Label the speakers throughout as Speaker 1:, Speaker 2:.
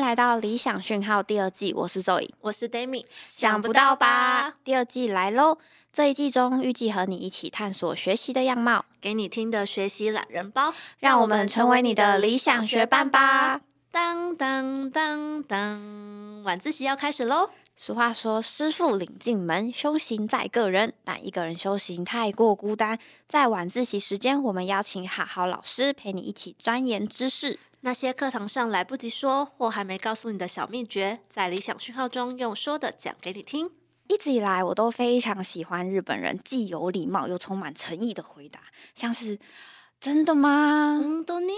Speaker 1: 来到《理想讯号》第二季，我是 Zoe。
Speaker 2: 我是 Demi，
Speaker 1: 想不到吧？？第二季来喽！这一季中预计和你一起探索学习的样貌，
Speaker 2: 给你听的学习懒人包，
Speaker 1: 让我们成为你的理想学伴吧。！
Speaker 2: 当当当当，晚自习要开始喽！
Speaker 1: 俗话说：“师傅领进门，修行在个人。”但一个人修行太过孤单，在晚自习时间，我们邀请好好老师陪你一起钻研知识。
Speaker 2: 那些课堂上来不及说或还没告诉你的小秘诀，在理想讯号中用说的讲给你听。
Speaker 1: 一直以来，我都非常喜欢日本人既有礼貌又充满诚意的回答，像是“真的吗？
Speaker 2: 嗯，多尼，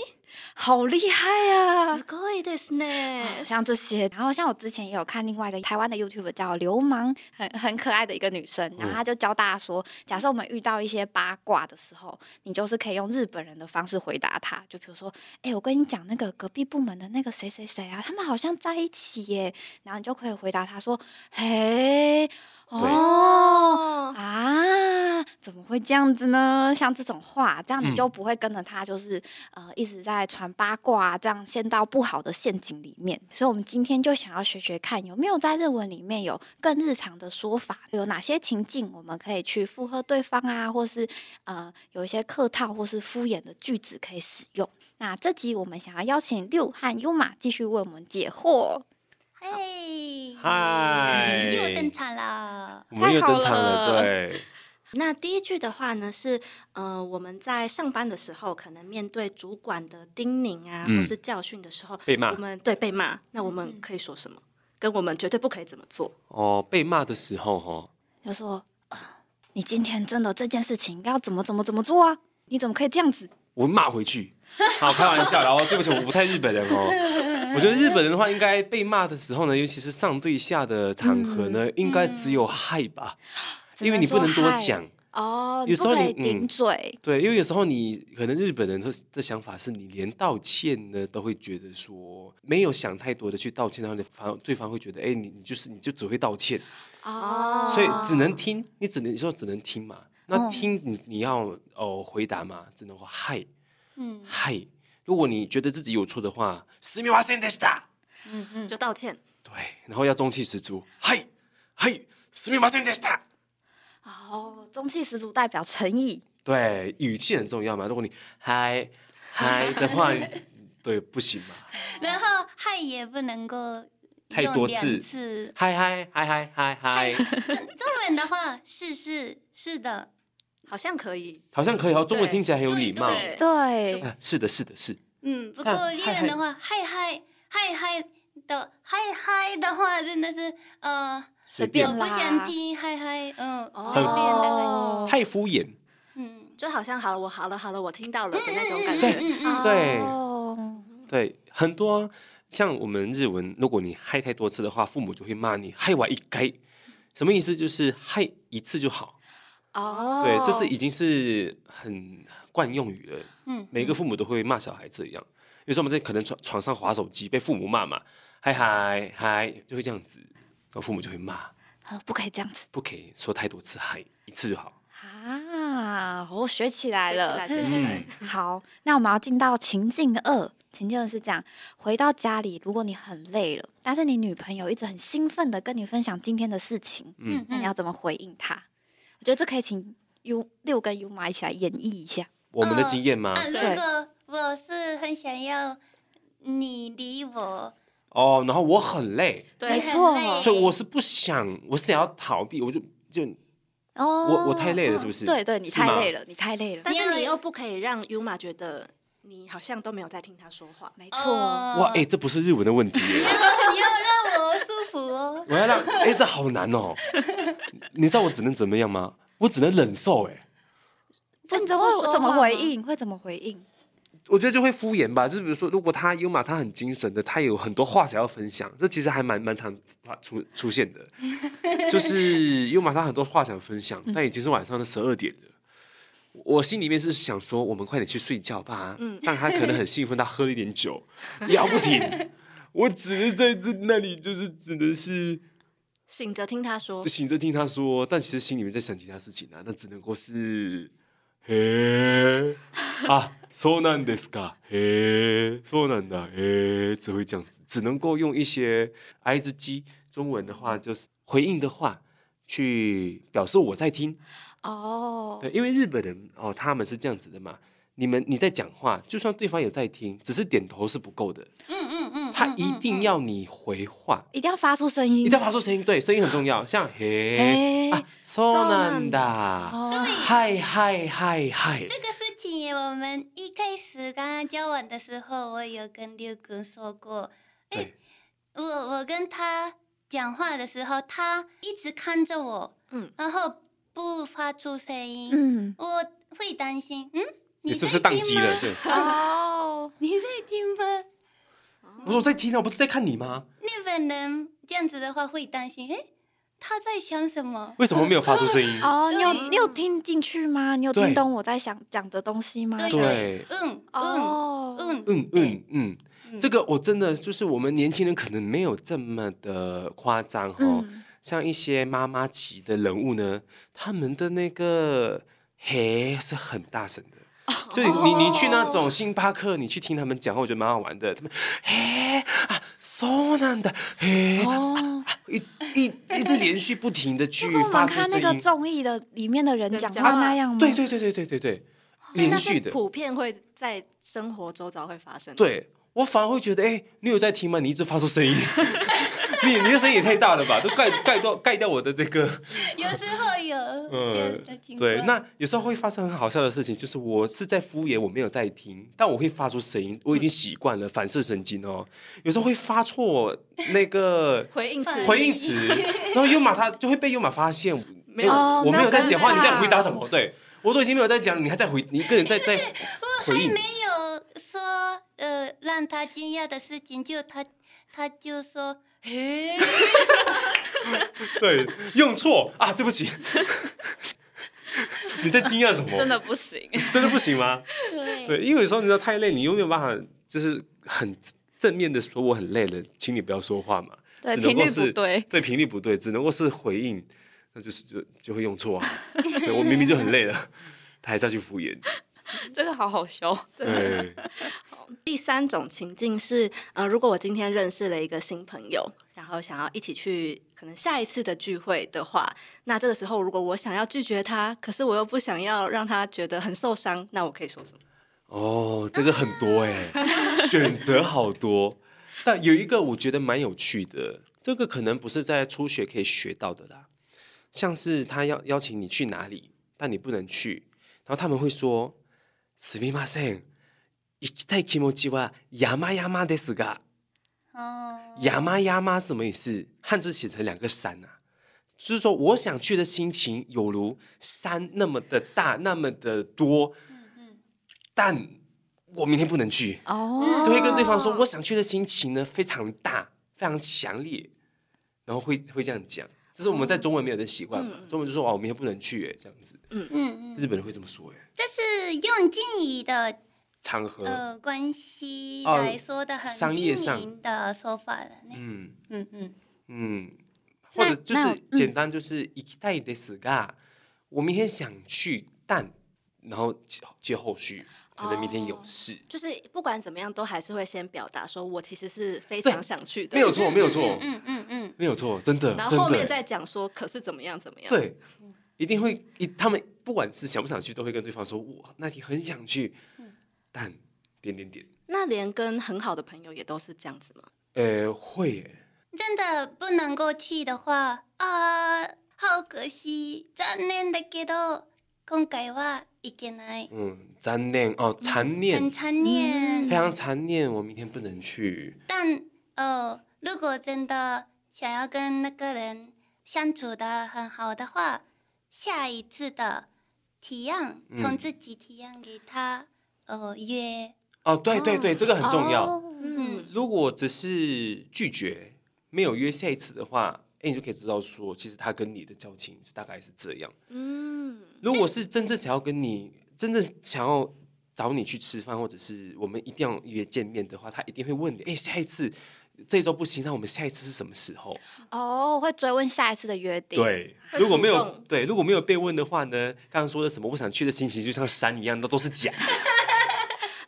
Speaker 1: 好厉害啊！”
Speaker 2: すごいですね。
Speaker 1: 像这些，然后像我之前也有看另外一个台湾的 YouTube 叫流氓，很很可爱的一个女生，然后她就教大家说，假设我们遇到一些八卦的时候，你就是可以用日本人的方式回答她，就比如说，哎、我跟你讲那个隔壁部门的那个谁谁谁啊，他们好像在一起耶，然后你就可以回答她说，嘿，哦。
Speaker 2: 哦，
Speaker 1: 啊，怎么会这样子呢？像这种话，这样你
Speaker 3: 嗯
Speaker 1: 就不会跟着他，就是、呃一直在传八卦啊，这样陷到不好的陷阱里面。所以，我们今天就想要学学看，有没有在日文里面有更日常的说法，有哪些情境我们可以去附和对方啊，或是呃有一些客套或是敷衍的句子可以使用。那这集我们想要邀请六和优马继续为我们解惑。
Speaker 2: 嘿，
Speaker 3: 嗨
Speaker 2: 又登场了。
Speaker 3: 我们又
Speaker 1: 太好
Speaker 3: 登场了，
Speaker 1: 了
Speaker 3: 对，
Speaker 2: 那第一句的话呢，是呃，我们在上班的时候，可能面对主管的叮咛啊，
Speaker 3: 嗯
Speaker 2: 或是教训的时候，
Speaker 3: 被骂
Speaker 2: 我们对被骂，那我们可以说什么？跟我们绝对不可以怎么做？
Speaker 3: 哦，被骂的时候哦，
Speaker 1: 就说、呃你今天真的这件事情应该要怎么怎么怎么做啊？你怎么可以这样子？
Speaker 3: 我骂回去。好，开玩笑啦，然后对不起，我不太日本人哦。我觉得日本人的话，应该被骂的时候呢，尤其是上对下的场合呢，应该只有嗨吧，
Speaker 1: 只
Speaker 3: 因为你不能
Speaker 1: 说
Speaker 3: 多
Speaker 1: 嗨
Speaker 3: 讲。
Speaker 1: 哦，你
Speaker 3: 有时
Speaker 1: 不
Speaker 3: 候
Speaker 1: 可
Speaker 3: 你
Speaker 1: 以顶
Speaker 3: 嗯
Speaker 1: 嘴，
Speaker 3: 对，因为有时候你可能日本人的的想法是你连道歉呢都会觉得说没有想太多的去道歉，然后你反而对方会觉得，哎，你你就是你就只会道歉，
Speaker 1: 哦，
Speaker 3: 所以只能听，你只能你说只能听嘛。那听你你要哦回答嘛，只能说嗨，嗯嗨。如果你觉得自己有错的话，すみませんでした。
Speaker 4: 嗯
Speaker 2: 就道歉。
Speaker 3: 对，然后要中气十足，嗨嗨，すみませんでした。
Speaker 1: 哦，中气十足代表诚意，
Speaker 3: 对，语气很重要嘛。如果你嗨嗨的话，对，不行嘛。
Speaker 4: 然后嗨也不能够
Speaker 3: 太
Speaker 4: 用
Speaker 3: 多
Speaker 4: 两
Speaker 3: 次
Speaker 4: 次。
Speaker 3: 嗨嗨嗨嗨嗨嗨，
Speaker 4: 中文的话是是是的，
Speaker 2: 好像可以，
Speaker 3: 好像可以哦。中文
Speaker 4: 对
Speaker 3: 听起来很有
Speaker 4: 对
Speaker 3: 礼貌。
Speaker 4: 对
Speaker 1: 对，
Speaker 3: 啊，是的，是的，是。
Speaker 4: 嗯。不
Speaker 3: 但
Speaker 4: 过猎人的话，嗨嗨嗨嗨的嗨嗨的话，真的是呃，
Speaker 3: 随
Speaker 1: 便
Speaker 4: 我
Speaker 1: 啦
Speaker 4: 不想听嗨嗨，嗯，
Speaker 2: 哦
Speaker 4: 随便的
Speaker 1: 哦
Speaker 3: 太敷衍。
Speaker 4: 嗯，
Speaker 2: 就好像好了，我好了，好了，我听到了的那种
Speaker 4: 嗯
Speaker 2: 感
Speaker 4: 嗯
Speaker 2: 觉。
Speaker 4: 嗯
Speaker 1: 啊
Speaker 4: 嗯
Speaker 3: 对
Speaker 1: 哦
Speaker 3: 对，很多啊像我们日文，如果你嗨太多次的话，父母就会骂你嗨我一该，什么意思？就是嗨一次就好。
Speaker 1: 哦，
Speaker 3: 对，这是已经是很惯用语了。
Speaker 4: 嗯
Speaker 3: 每个父母都会骂小孩这样。有时候我们在可能床床上划手机，被父母骂嘛，嗨嗨嗨，就会这样子，然后父母就会骂，
Speaker 1: 呃不可以这样子
Speaker 3: 不可以说太多次嗨，一次就好。
Speaker 1: 啊，我学起来
Speaker 2: 学起
Speaker 1: 了
Speaker 2: 来，嗯学起来，
Speaker 3: 嗯
Speaker 1: 好，那我们要进到情境二。情境二是这样：回到家里，如果你很累了，但是你女朋友一直很兴奋的跟你分享今天的事情，
Speaker 4: 嗯
Speaker 1: 那你要怎么回应她？我觉得这可以请 U 六跟 U 妈一起来演绎一下。
Speaker 3: 我们的经验吗？
Speaker 4: 啊，如
Speaker 1: 对
Speaker 4: 果我是很想要你理我，
Speaker 3: 哦，然后我很累，
Speaker 1: 没
Speaker 2: 对，
Speaker 1: 错
Speaker 4: 很累
Speaker 3: 所以我是不想，我是想要逃避，我就就
Speaker 1: 哦，
Speaker 3: 我我太累了，是不是？
Speaker 1: 对对，你
Speaker 3: 是
Speaker 1: 太
Speaker 3: 吗
Speaker 1: 累。了，你太累了，
Speaker 2: 但
Speaker 4: 你
Speaker 2: 是
Speaker 4: 要
Speaker 2: 你又不可以让 Yuma 觉得你好像都没有在听他说话。
Speaker 1: 没错。
Speaker 4: 哦
Speaker 3: 哇， 哎、这不是日文的问题耶，
Speaker 4: 你要让我舒服哦。
Speaker 3: 我要让哎、这好难哦。你知道我只能怎么样吗？我只能忍受哎。
Speaker 1: 那你怎
Speaker 2: 不
Speaker 1: 么
Speaker 2: 说
Speaker 1: 怎么
Speaker 2: 话
Speaker 1: 回
Speaker 2: 吗
Speaker 1: 应？会怎么回应？
Speaker 3: 我觉得就会敷衍吧，就是比如说，如果他优马他很精神的，他有很多话想要分享，这其实还蛮蛮常发出出现的，就是优马他很多话想分享，但已经是晚上的十二点了。我心里面是想说，我们快点去睡觉吧。嗯
Speaker 2: 嗯，
Speaker 3: 但他可能很兴奋，他喝了一点酒，聊不停。我只能在这那里，就是只能是
Speaker 2: 醒着听他说
Speaker 3: 就，醒着听他说，但其实心里面在想其他事情啊，那只能够是，嘿啊， そうなんですか。へえ、そうなんだ。へえ，只会这样子，只能够用一些 I 字机，中文的话就是回应的话，去表示我在听。
Speaker 1: 哦，
Speaker 3: 对，因为日本人哦，他们是这样子的嘛。你们你在讲话，就算对方有在听，只是点头是不够的，
Speaker 4: 嗯嗯嗯，
Speaker 3: 他
Speaker 4: 嗯
Speaker 3: 一定。要你回话，
Speaker 1: 一定要发出声音，
Speaker 3: 一定要发出声音，对，声音很重要。像嘿
Speaker 4: 哎
Speaker 1: 嘿
Speaker 3: 啊，そうなんだ，
Speaker 1: 哦，
Speaker 3: 嗨嗨嗨嗨，
Speaker 4: 这哎个事情我们一开始刚刚交往的时候，我有跟六哥说过，
Speaker 3: 对，
Speaker 4: 我我跟他讲话的时候，他一直看着我，
Speaker 2: 嗯，
Speaker 4: 然后不发出声音，
Speaker 1: 嗯，
Speaker 4: 我会担心，嗯，
Speaker 3: 你是不
Speaker 4: 在
Speaker 3: 是宕
Speaker 4: 听
Speaker 3: 机
Speaker 4: 吗
Speaker 3: 了？？ 对，
Speaker 1: 哦，
Speaker 4: 你在听吗？
Speaker 3: 我说我在听啊，我不是在看你吗？
Speaker 4: 日本人这样子的话会担心，诶，他在想什么？
Speaker 3: 为什么没有发出声音？
Speaker 1: 哦，你有
Speaker 4: 对
Speaker 1: 你有听进去吗？你有
Speaker 3: 对
Speaker 1: 听懂我在想讲的东西吗？
Speaker 4: 对
Speaker 3: 对，
Speaker 4: 嗯嗯
Speaker 1: 哦，
Speaker 4: 嗯
Speaker 3: 嗯嗯嗯，
Speaker 4: 嗯，
Speaker 3: 这个我真的就是我们年轻人可能没有这么的夸张哦。
Speaker 1: 嗯，
Speaker 3: 像一些妈妈级的人物呢，他们的那个嘿是很大声的。
Speaker 4: 哦
Speaker 3: 就你你你去那种星巴克，你去听他们讲话，我觉得蛮好玩的。他们嘿啊，そうなんだ，嘿，
Speaker 1: 哦，
Speaker 3: 一一一直连续不停的去
Speaker 1: 跟我
Speaker 3: 发
Speaker 1: 们
Speaker 3: 出
Speaker 1: 看那
Speaker 3: 声
Speaker 1: 个
Speaker 3: 音，
Speaker 1: 综艺的里面的人
Speaker 2: 人
Speaker 1: 讲
Speaker 2: 讲
Speaker 1: 话
Speaker 2: 话
Speaker 1: 那样吗？
Speaker 3: 对对对对对对对，
Speaker 1: 哦
Speaker 3: 连续的。
Speaker 2: 普遍会在生活周遭会发生。，
Speaker 3: 对我反而会觉得，哎、你有在听吗？你一直发出声音， 你你的声音也太大了吧，都盖盖掉盖掉我的这个。呃
Speaker 4: 有时候有这样的情
Speaker 3: 嗯
Speaker 4: 况。
Speaker 3: 对，那有时候会发生很好笑的事情，就是我是在敷衍，我没有在听，但我会发出声音，我已经习惯了反射神经哦。有时候会发错那个
Speaker 2: 回应词，
Speaker 3: 回应词，然后优马他就会被优马发现，
Speaker 2: 没有
Speaker 3: 我我没有在讲话，
Speaker 1: 哦
Speaker 3: 你
Speaker 1: 那尴尬
Speaker 3: 在回答什么？对我都已经没有在讲，你还在回，你一个人在在回应。
Speaker 4: 没有说呃让他惊讶的事情，就他他就说，嘿，
Speaker 3: 对，用错啊，对不起。 你在惊讶什么？
Speaker 2: 真的不行。
Speaker 3: 真的不行吗？
Speaker 4: 对
Speaker 3: 对，因为有时候你知道太累，你又没有办法，就是很正面的说我很累了，请你不要说话嘛。
Speaker 1: 对
Speaker 3: 只能
Speaker 1: 频
Speaker 3: 够
Speaker 1: 率
Speaker 3: 是
Speaker 1: 不对，
Speaker 3: 对，频率不对，只能够是回应，那就是就就会用错啊。对我明明就很累了，他还是要去敷衍。
Speaker 1: 这个好好笑。
Speaker 3: 对，
Speaker 2: 第三种情境是，呃，如果我今天认识了一个新朋友，然后想要一起去可能下一次的聚会的话，那这个时候如果我想要拒绝他，可是我又不想要让他觉得很受伤，那我可以说什么？
Speaker 3: 哦，这个很多哎、选择好多。但有一个我觉得蛮有趣的，这个可能不是在初学可以学到的啦，像是他邀邀请你去哪里，但你不能去，然后他们会说“すみません、行きたい気持ちは山々ですが”。
Speaker 4: 哦，
Speaker 3: 亚妈亚妈什么意思？汉字写成两个山啊，就是说我想去的心情有如山那么的大，那么的多，但我明天不能去，
Speaker 1: 哦，
Speaker 3: 就会跟对方说我想去的心情呢非常大，非常强烈，然后会会这样讲。这是我们在中文没有的习惯嘛？中文就说哦，我明天不能去，哎，这样子。
Speaker 4: 嗯嗯，
Speaker 3: 日本人会这么说，哎，
Speaker 4: 这是用敬语的
Speaker 3: 场合，
Speaker 4: 呃关系
Speaker 3: 哦
Speaker 4: 来说的
Speaker 3: 商
Speaker 4: 很
Speaker 3: 业
Speaker 4: 经
Speaker 3: 上
Speaker 4: 营的说法了呢。
Speaker 3: 嗯
Speaker 4: 嗯嗯，
Speaker 3: 嗯，或
Speaker 1: 那
Speaker 3: 者就
Speaker 1: 那
Speaker 3: 是简单就是行きたいですが，我明天想去，但然后接接后续，可能明天有事，
Speaker 2: 就是不管怎么样，都还是会先表达说我其实是非
Speaker 3: 对
Speaker 2: 常想去的，
Speaker 3: 没有错，没有错，
Speaker 4: 嗯嗯嗯，
Speaker 3: 没有错，真的，
Speaker 2: 然后
Speaker 3: 真
Speaker 2: 后面
Speaker 3: 的，
Speaker 2: 再讲说可是怎么样怎么样。
Speaker 3: 对，一定会，一他们不管是想不想去，都会跟对方说，我那天很想去，但点点点，
Speaker 2: 那连跟很好的朋友也都是这样子吗？
Speaker 3: 呃，会耶，
Speaker 4: 真的不能够去的话啊，好可惜，残念だけど今回はいけない。
Speaker 3: 嗯，残念哦，残
Speaker 4: 很
Speaker 3: 念，
Speaker 4: 残念
Speaker 3: 非，常残念，我明天不能去，
Speaker 4: 但呃，如果真的想要跟那个人相处的很好的话，下一次的体验
Speaker 3: 嗯
Speaker 4: 从自己体验给他、呃约，
Speaker 3: 哦，对对对，这个很重要。
Speaker 4: 嗯，
Speaker 3: 如果只是拒绝，没有约下一次的话，哎，你就可以知道说，其实他跟你的交情是大概是这样。
Speaker 2: 嗯，
Speaker 3: 如果是真正想要跟你，真正想要找你去吃饭，或者是我们一定要约见面的话，他一定会问你，哎，下一次这一周不行，那我们下一次是什么时候？
Speaker 1: 哦，会追问下一次的约定。，
Speaker 3: 对，
Speaker 2: 会
Speaker 3: 如果没
Speaker 2: 主
Speaker 3: 有
Speaker 2: 动
Speaker 3: 对，如 果没有被问的话呢，刚刚说的什么我想去的心情就像山一样，那都是假。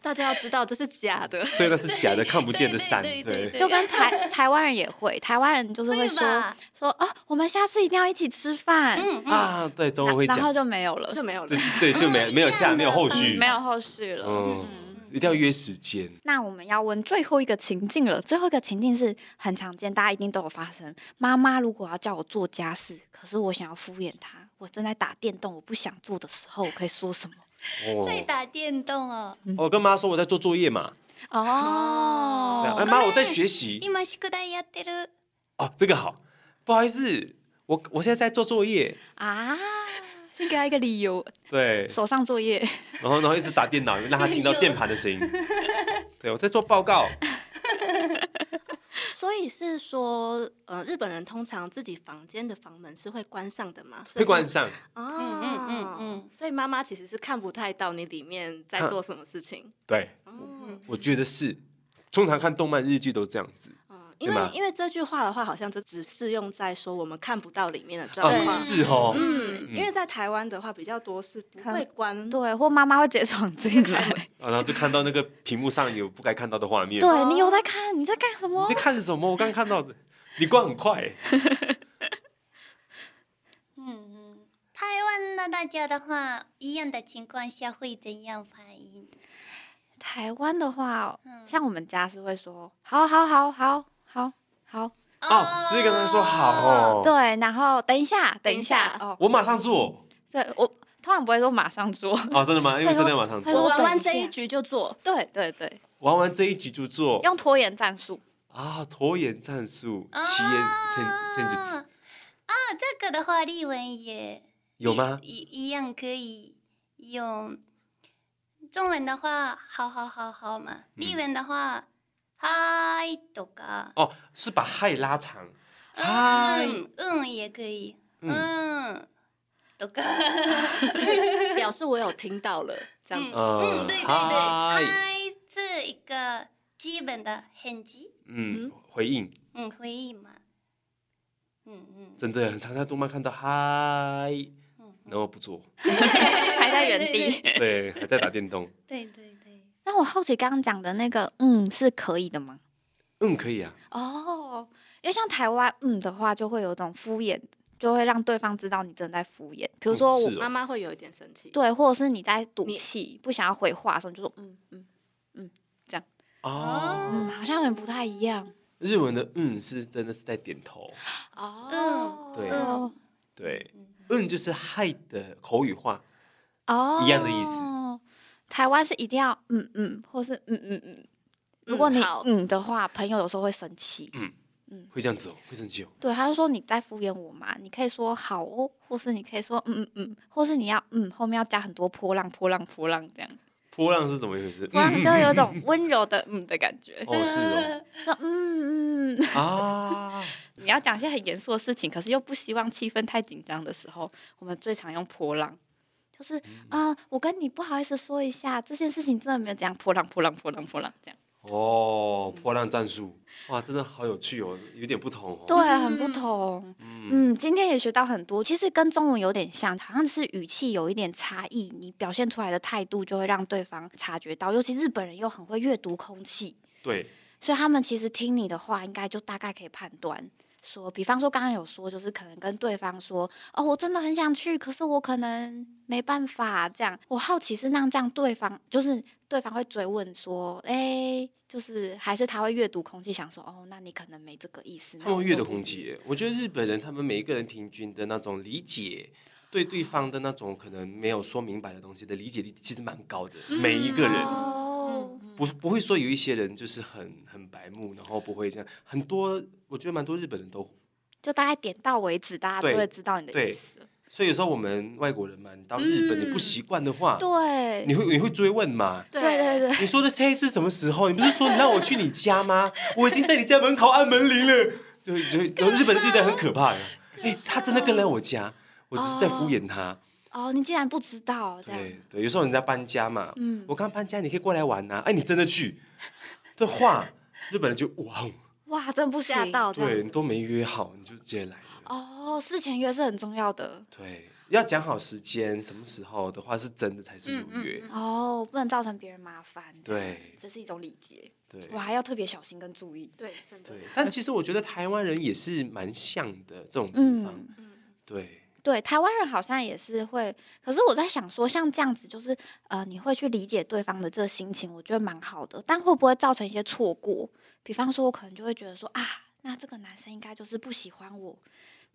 Speaker 2: 大家要知道这是假的。
Speaker 3: 这个是假的，看不见的
Speaker 5: 对
Speaker 3: 山，
Speaker 5: 对对对
Speaker 1: 就跟台台湾人也会，台湾人就是会
Speaker 4: 会
Speaker 1: 说
Speaker 4: 吧？
Speaker 1: 说哦，我们下次一定要一起吃饭，
Speaker 4: 嗯嗯，
Speaker 3: 啊，对，中文
Speaker 1: 然
Speaker 3: 会
Speaker 1: 然后
Speaker 3: 讲，
Speaker 1: 就没有了，
Speaker 2: 就没有了
Speaker 3: 对。对，就没没有下没有后
Speaker 1: 嗯
Speaker 3: 续，
Speaker 1: 没有后续了。
Speaker 3: 嗯
Speaker 1: 嗯，
Speaker 3: 一定要约时间。
Speaker 1: 那我们要问最后一个情境了，最后一个情境是很常见，大家一定都有发生。妈妈如果要叫我做家事，可是我想要敷衍她，我正在打电动，我不想做的时候，我可以说什么？
Speaker 3: 哦
Speaker 4: 在打电动哦。
Speaker 3: 我跟妈说我在做作业嘛，对啊
Speaker 1: 哦，
Speaker 3: 哎妈我在学习
Speaker 4: 今宿題やってる。
Speaker 3: 哦，这个好，不好意思，我我现在在做作业，
Speaker 1: 啊，先给他一个理由，
Speaker 3: 对，
Speaker 1: 手上作业。
Speaker 3: 然后然后一直打电脑，让他听到
Speaker 1: 哎
Speaker 3: 键盘的声音， 对我在做报告，
Speaker 2: 所以是说，呃，日本人通常自己房间的房门是会关上的嘛？所以
Speaker 3: 会
Speaker 2: 是
Speaker 3: 关上，
Speaker 2: 哦，
Speaker 4: 嗯嗯嗯嗯
Speaker 2: 所以妈妈其实是看不太到你里面在
Speaker 3: 看
Speaker 2: 做什么事情。
Speaker 3: 对，
Speaker 1: 哦
Speaker 2: 嗯
Speaker 3: 我觉得是，通常看动漫日剧都这样子，
Speaker 2: 嗯，因
Speaker 3: 对吗
Speaker 2: 为因为这句话的话，好像就只适用在说我们看不到里面的状
Speaker 3: 哦
Speaker 2: 况。
Speaker 3: 是哦，
Speaker 2: 嗯，
Speaker 3: 嗯
Speaker 2: 因为在台湾的话比较多是不会关，
Speaker 1: 对，或妈妈会直接闯进来。
Speaker 3: 啊然后就看到那个屏幕上有不该看到的画面，
Speaker 1: 对你有在看，你在干什么
Speaker 3: 你在？看什么？我刚看到的，你逛很快，
Speaker 4: 嗯嗯，台湾的大家的话，一样的情况下会怎样反应？
Speaker 1: 台湾的话哦，
Speaker 4: 嗯
Speaker 1: 像我们家是会说好好好好好好，
Speaker 3: 哦，直接跟他说好。哦，
Speaker 1: 对，然后等一下，等一下
Speaker 2: 等一下
Speaker 1: 哦，
Speaker 3: 我马上做，
Speaker 1: 对我通常不会说马上做，
Speaker 3: 哦，真的吗？因为真的要马上
Speaker 1: 他说
Speaker 2: 我
Speaker 3: 做，
Speaker 2: 玩完这
Speaker 1: 等一
Speaker 2: 一
Speaker 1: 下
Speaker 2: 局就做。
Speaker 1: 对对对，
Speaker 3: 玩完这一局就做
Speaker 1: 用拖延战 术。
Speaker 3: 啊，拖延战术，
Speaker 4: 啊
Speaker 3: 奇言甚甚至
Speaker 4: 啊，这个的话，例文也
Speaker 3: 有吗？
Speaker 4: 一一样可以用。中文的话，好好好好嘛。
Speaker 3: 嗯
Speaker 4: 例文的话，嗨とか，
Speaker 3: 哦，是把嗨拉长，嗨
Speaker 4: 嗯嗯也可以，
Speaker 3: 嗯
Speaker 4: 嗯とか，
Speaker 2: 表示我有听到了，这样
Speaker 4: 嗯
Speaker 2: 子。
Speaker 3: 嗯
Speaker 4: 嗯对对对，
Speaker 3: 嗨
Speaker 4: 嗨是一个基本的很基，
Speaker 3: 嗯
Speaker 2: 嗯，
Speaker 3: 回应
Speaker 4: 嗯回应嘛，嗯嗯
Speaker 3: 真的很常在动漫看到嗨，
Speaker 4: 嗯
Speaker 3: 然后不做，
Speaker 1: 还在原
Speaker 4: 对对
Speaker 1: 地。
Speaker 3: 对，还在打电动，
Speaker 4: 对对对，
Speaker 1: 那我好奇刚刚讲的那个嗯是可以的吗？
Speaker 3: 嗯，可以啊，
Speaker 1: 哦，因为像台湾嗯的话，就会有一种敷衍，就会让对方知道你正在敷衍。比如
Speaker 3: 嗯
Speaker 1: 说我、
Speaker 3: 是哦
Speaker 2: 妈妈会有一点生气。
Speaker 1: 对，或者是你在赌
Speaker 2: 你
Speaker 1: 气，不想要回话的时候，你就说嗯嗯
Speaker 3: 哦，
Speaker 1: 嗯，好像有点不太一样。
Speaker 3: 日文的嗯是真的是在点头，
Speaker 1: 哦，
Speaker 2: 嗯
Speaker 3: 对
Speaker 1: 哦
Speaker 3: 对，嗯就是嗨的口语化，
Speaker 1: 哦，
Speaker 3: 一样的意思。
Speaker 1: 台湾是一定要嗯嗯，或是嗯嗯嗯。如果你
Speaker 2: 好
Speaker 1: 嗯的话，朋友有时候会生气，
Speaker 3: 会这样子哦，会生气哦，
Speaker 1: 对，他就说你在敷衍我嘛。你可以说好哦，或是你可以说嗯嗯嗯，或是你要嗯后面要加很多波浪波浪波浪这样，
Speaker 3: 波浪是怎么一回事？嗯
Speaker 1: 波浪就会有一种温柔的嗯的感觉，
Speaker 3: 哦是哦
Speaker 1: 就嗯嗯 嗯。
Speaker 3: 啊，
Speaker 1: 你要讲一些很严肃的事情，可是又不希望气氛太紧张的时候，我们最常用波浪，就是啊、我跟你不好意思说一下，这件事情真的没有这样波浪波浪波浪波浪这样。
Speaker 3: 哦，波浪战术，哇，真的好有趣哦，有点不同哦。
Speaker 1: 对，很不同。
Speaker 3: 嗯，
Speaker 1: 嗯，今天也学到很多，其实跟中文有点像，好像是语气有一点差异，你表现出来的态度就会让对方察觉到。尤其日本人又很会阅读空气，
Speaker 3: 对，
Speaker 1: 所以他们其实听你的话，应该就大概可以判断。说，比方说刚刚有说，就是可能跟对方说，哦，我真的很想去，可是我可能没办法这样。我好奇是让这样对方，就是对方会追问说，哎、就是还是他会阅读空气，想说，哦，那你可能没这个意思。
Speaker 3: 他们会阅读空
Speaker 1: 气。
Speaker 3: 气耶，我觉得日本人他们每一个人平均的那种理解。对对方的那种可能没有说明白的东西的理解力其实蛮高的，每一个人
Speaker 1: 哦，
Speaker 3: 不不会说有一些人就是很很白目，然后不会这样。很多我觉得蛮多日本人都
Speaker 1: 就大概点到为止，大家
Speaker 3: 对
Speaker 1: 都会知道你的意
Speaker 3: 对
Speaker 1: 思了。
Speaker 3: 所以有时候我们外国人嘛，你到日本你不习惯的话，
Speaker 1: 对，
Speaker 3: 你会你会追问嘛？
Speaker 1: 对对对，
Speaker 3: 你说的嘿是什么时候？你不是说你让我去你家吗？ 我已经在你家门口按门铃了。就就然后日本人觉得很可怕的，哎、他真的跟来我家，我只是在敷衍他。
Speaker 1: 哦，你竟然不知道这样，
Speaker 3: 对对，有时候人家搬家嘛，
Speaker 1: 嗯
Speaker 3: 我刚搬家，你可以过来玩呐、啊。哎，你真的去？这话日本人就哇哦，
Speaker 1: 哇，真的不
Speaker 2: 吓
Speaker 1: 行。
Speaker 2: 到这样
Speaker 3: 对
Speaker 2: 子
Speaker 3: 你都没约好，你就直接来了。
Speaker 1: 哦，事前约是很重要的。
Speaker 3: 对，要讲好时间，什么时候的话是真的才是如约。
Speaker 4: 嗯嗯
Speaker 1: 哦，不能造成别人麻烦。这样
Speaker 3: 对
Speaker 1: 这是一种礼节，
Speaker 3: 对
Speaker 1: 我还要特别小心跟注意。
Speaker 2: 对，真的
Speaker 3: 对，但其实我觉得台湾人也是蛮像的这种地方。
Speaker 1: 嗯，
Speaker 2: 嗯，
Speaker 3: 对，
Speaker 1: 对，台湾人好像也是会，可是我在想说，像这样子，就是呃，你会去理解对方的这个心情，我觉得蛮好的。但会不会造成一些错过？比方说，我可能就会觉得说啊，那这个男生应该就是不喜欢我，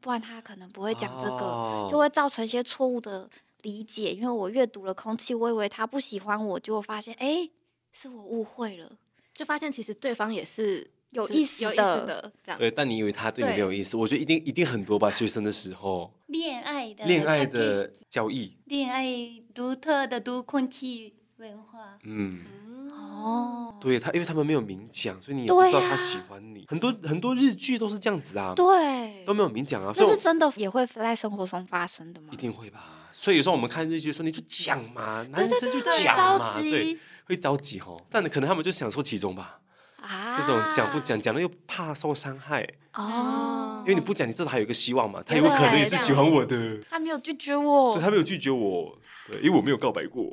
Speaker 1: 不然他可能不会讲这个，
Speaker 3: 哦
Speaker 1: 就会造成一些错误的理解。因为我阅读了空气，我以为他不喜欢我，结果发现，哎、是我误会了，
Speaker 2: 就发现其实对方也是
Speaker 1: 有
Speaker 2: 就
Speaker 1: 意思
Speaker 2: 有意思
Speaker 1: 的
Speaker 2: 的这样。
Speaker 3: 对，但你以为他对你
Speaker 2: 对
Speaker 3: 没有意思？我觉得一定一定很多吧。学生的时候，
Speaker 4: 恋爱的
Speaker 3: 恋爱
Speaker 4: package
Speaker 3: 的交易，
Speaker 4: 恋爱独特的读空气文化，
Speaker 3: 嗯，
Speaker 2: 嗯
Speaker 1: 哦，
Speaker 3: 对他，因为他们没有明讲，所以你也
Speaker 1: 对
Speaker 3: 不知道他
Speaker 1: 啊
Speaker 3: 喜欢你。很多很多日剧都是这样子啊，
Speaker 1: 对
Speaker 3: 都，没有明讲啊，所以
Speaker 1: 这
Speaker 3: 我
Speaker 1: 是真的也会在生活中发生的吗
Speaker 3: 一？定会吧。所以有时候我们看日剧说，你就讲嘛，男生就
Speaker 1: 对
Speaker 3: 讲嘛，
Speaker 1: 着
Speaker 3: 对，
Speaker 1: 急
Speaker 3: 会着急吼。但可能他们就享受其中吧。
Speaker 1: 啊，
Speaker 3: 这种讲嗯不讲，讲了又怕受伤害，
Speaker 1: 哦
Speaker 3: 因，为你不讲，你至少还有一个希望嘛。他
Speaker 1: 对
Speaker 3: 有可能也是喜欢我的，
Speaker 1: 他没有拒绝我
Speaker 3: 对他没有拒绝我，对，因为我没有告白过，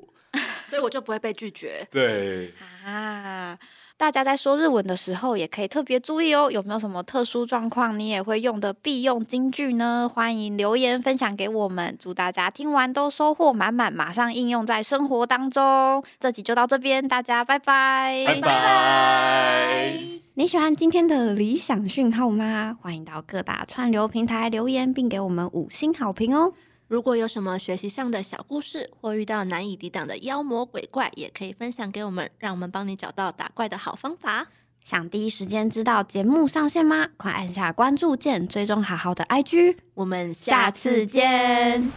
Speaker 2: 所以我就不会被拒绝。
Speaker 3: 对。
Speaker 1: 啊。大家在说日文的时候，也可以特别注意哦，有没有什么特殊状况你也会用的必用金句呢？欢迎留言分享给我们，祝大家听完都收获满满，马上应用在生活当中。这集就到这边，大家拜拜，
Speaker 3: 拜拜。
Speaker 1: 你喜欢今天的理想讯号吗？欢迎到各大串流平台留言，并给我们五星好评哦。
Speaker 2: 如果有什么学习上的小故事，或遇到难以抵挡的妖魔鬼怪，也可以分享给我们，让我们帮你找到打怪的好方法。
Speaker 1: 想第一时间知道节目上线吗？快按下关注键，追踪好好的 IG。
Speaker 2: 我们
Speaker 1: 下次见。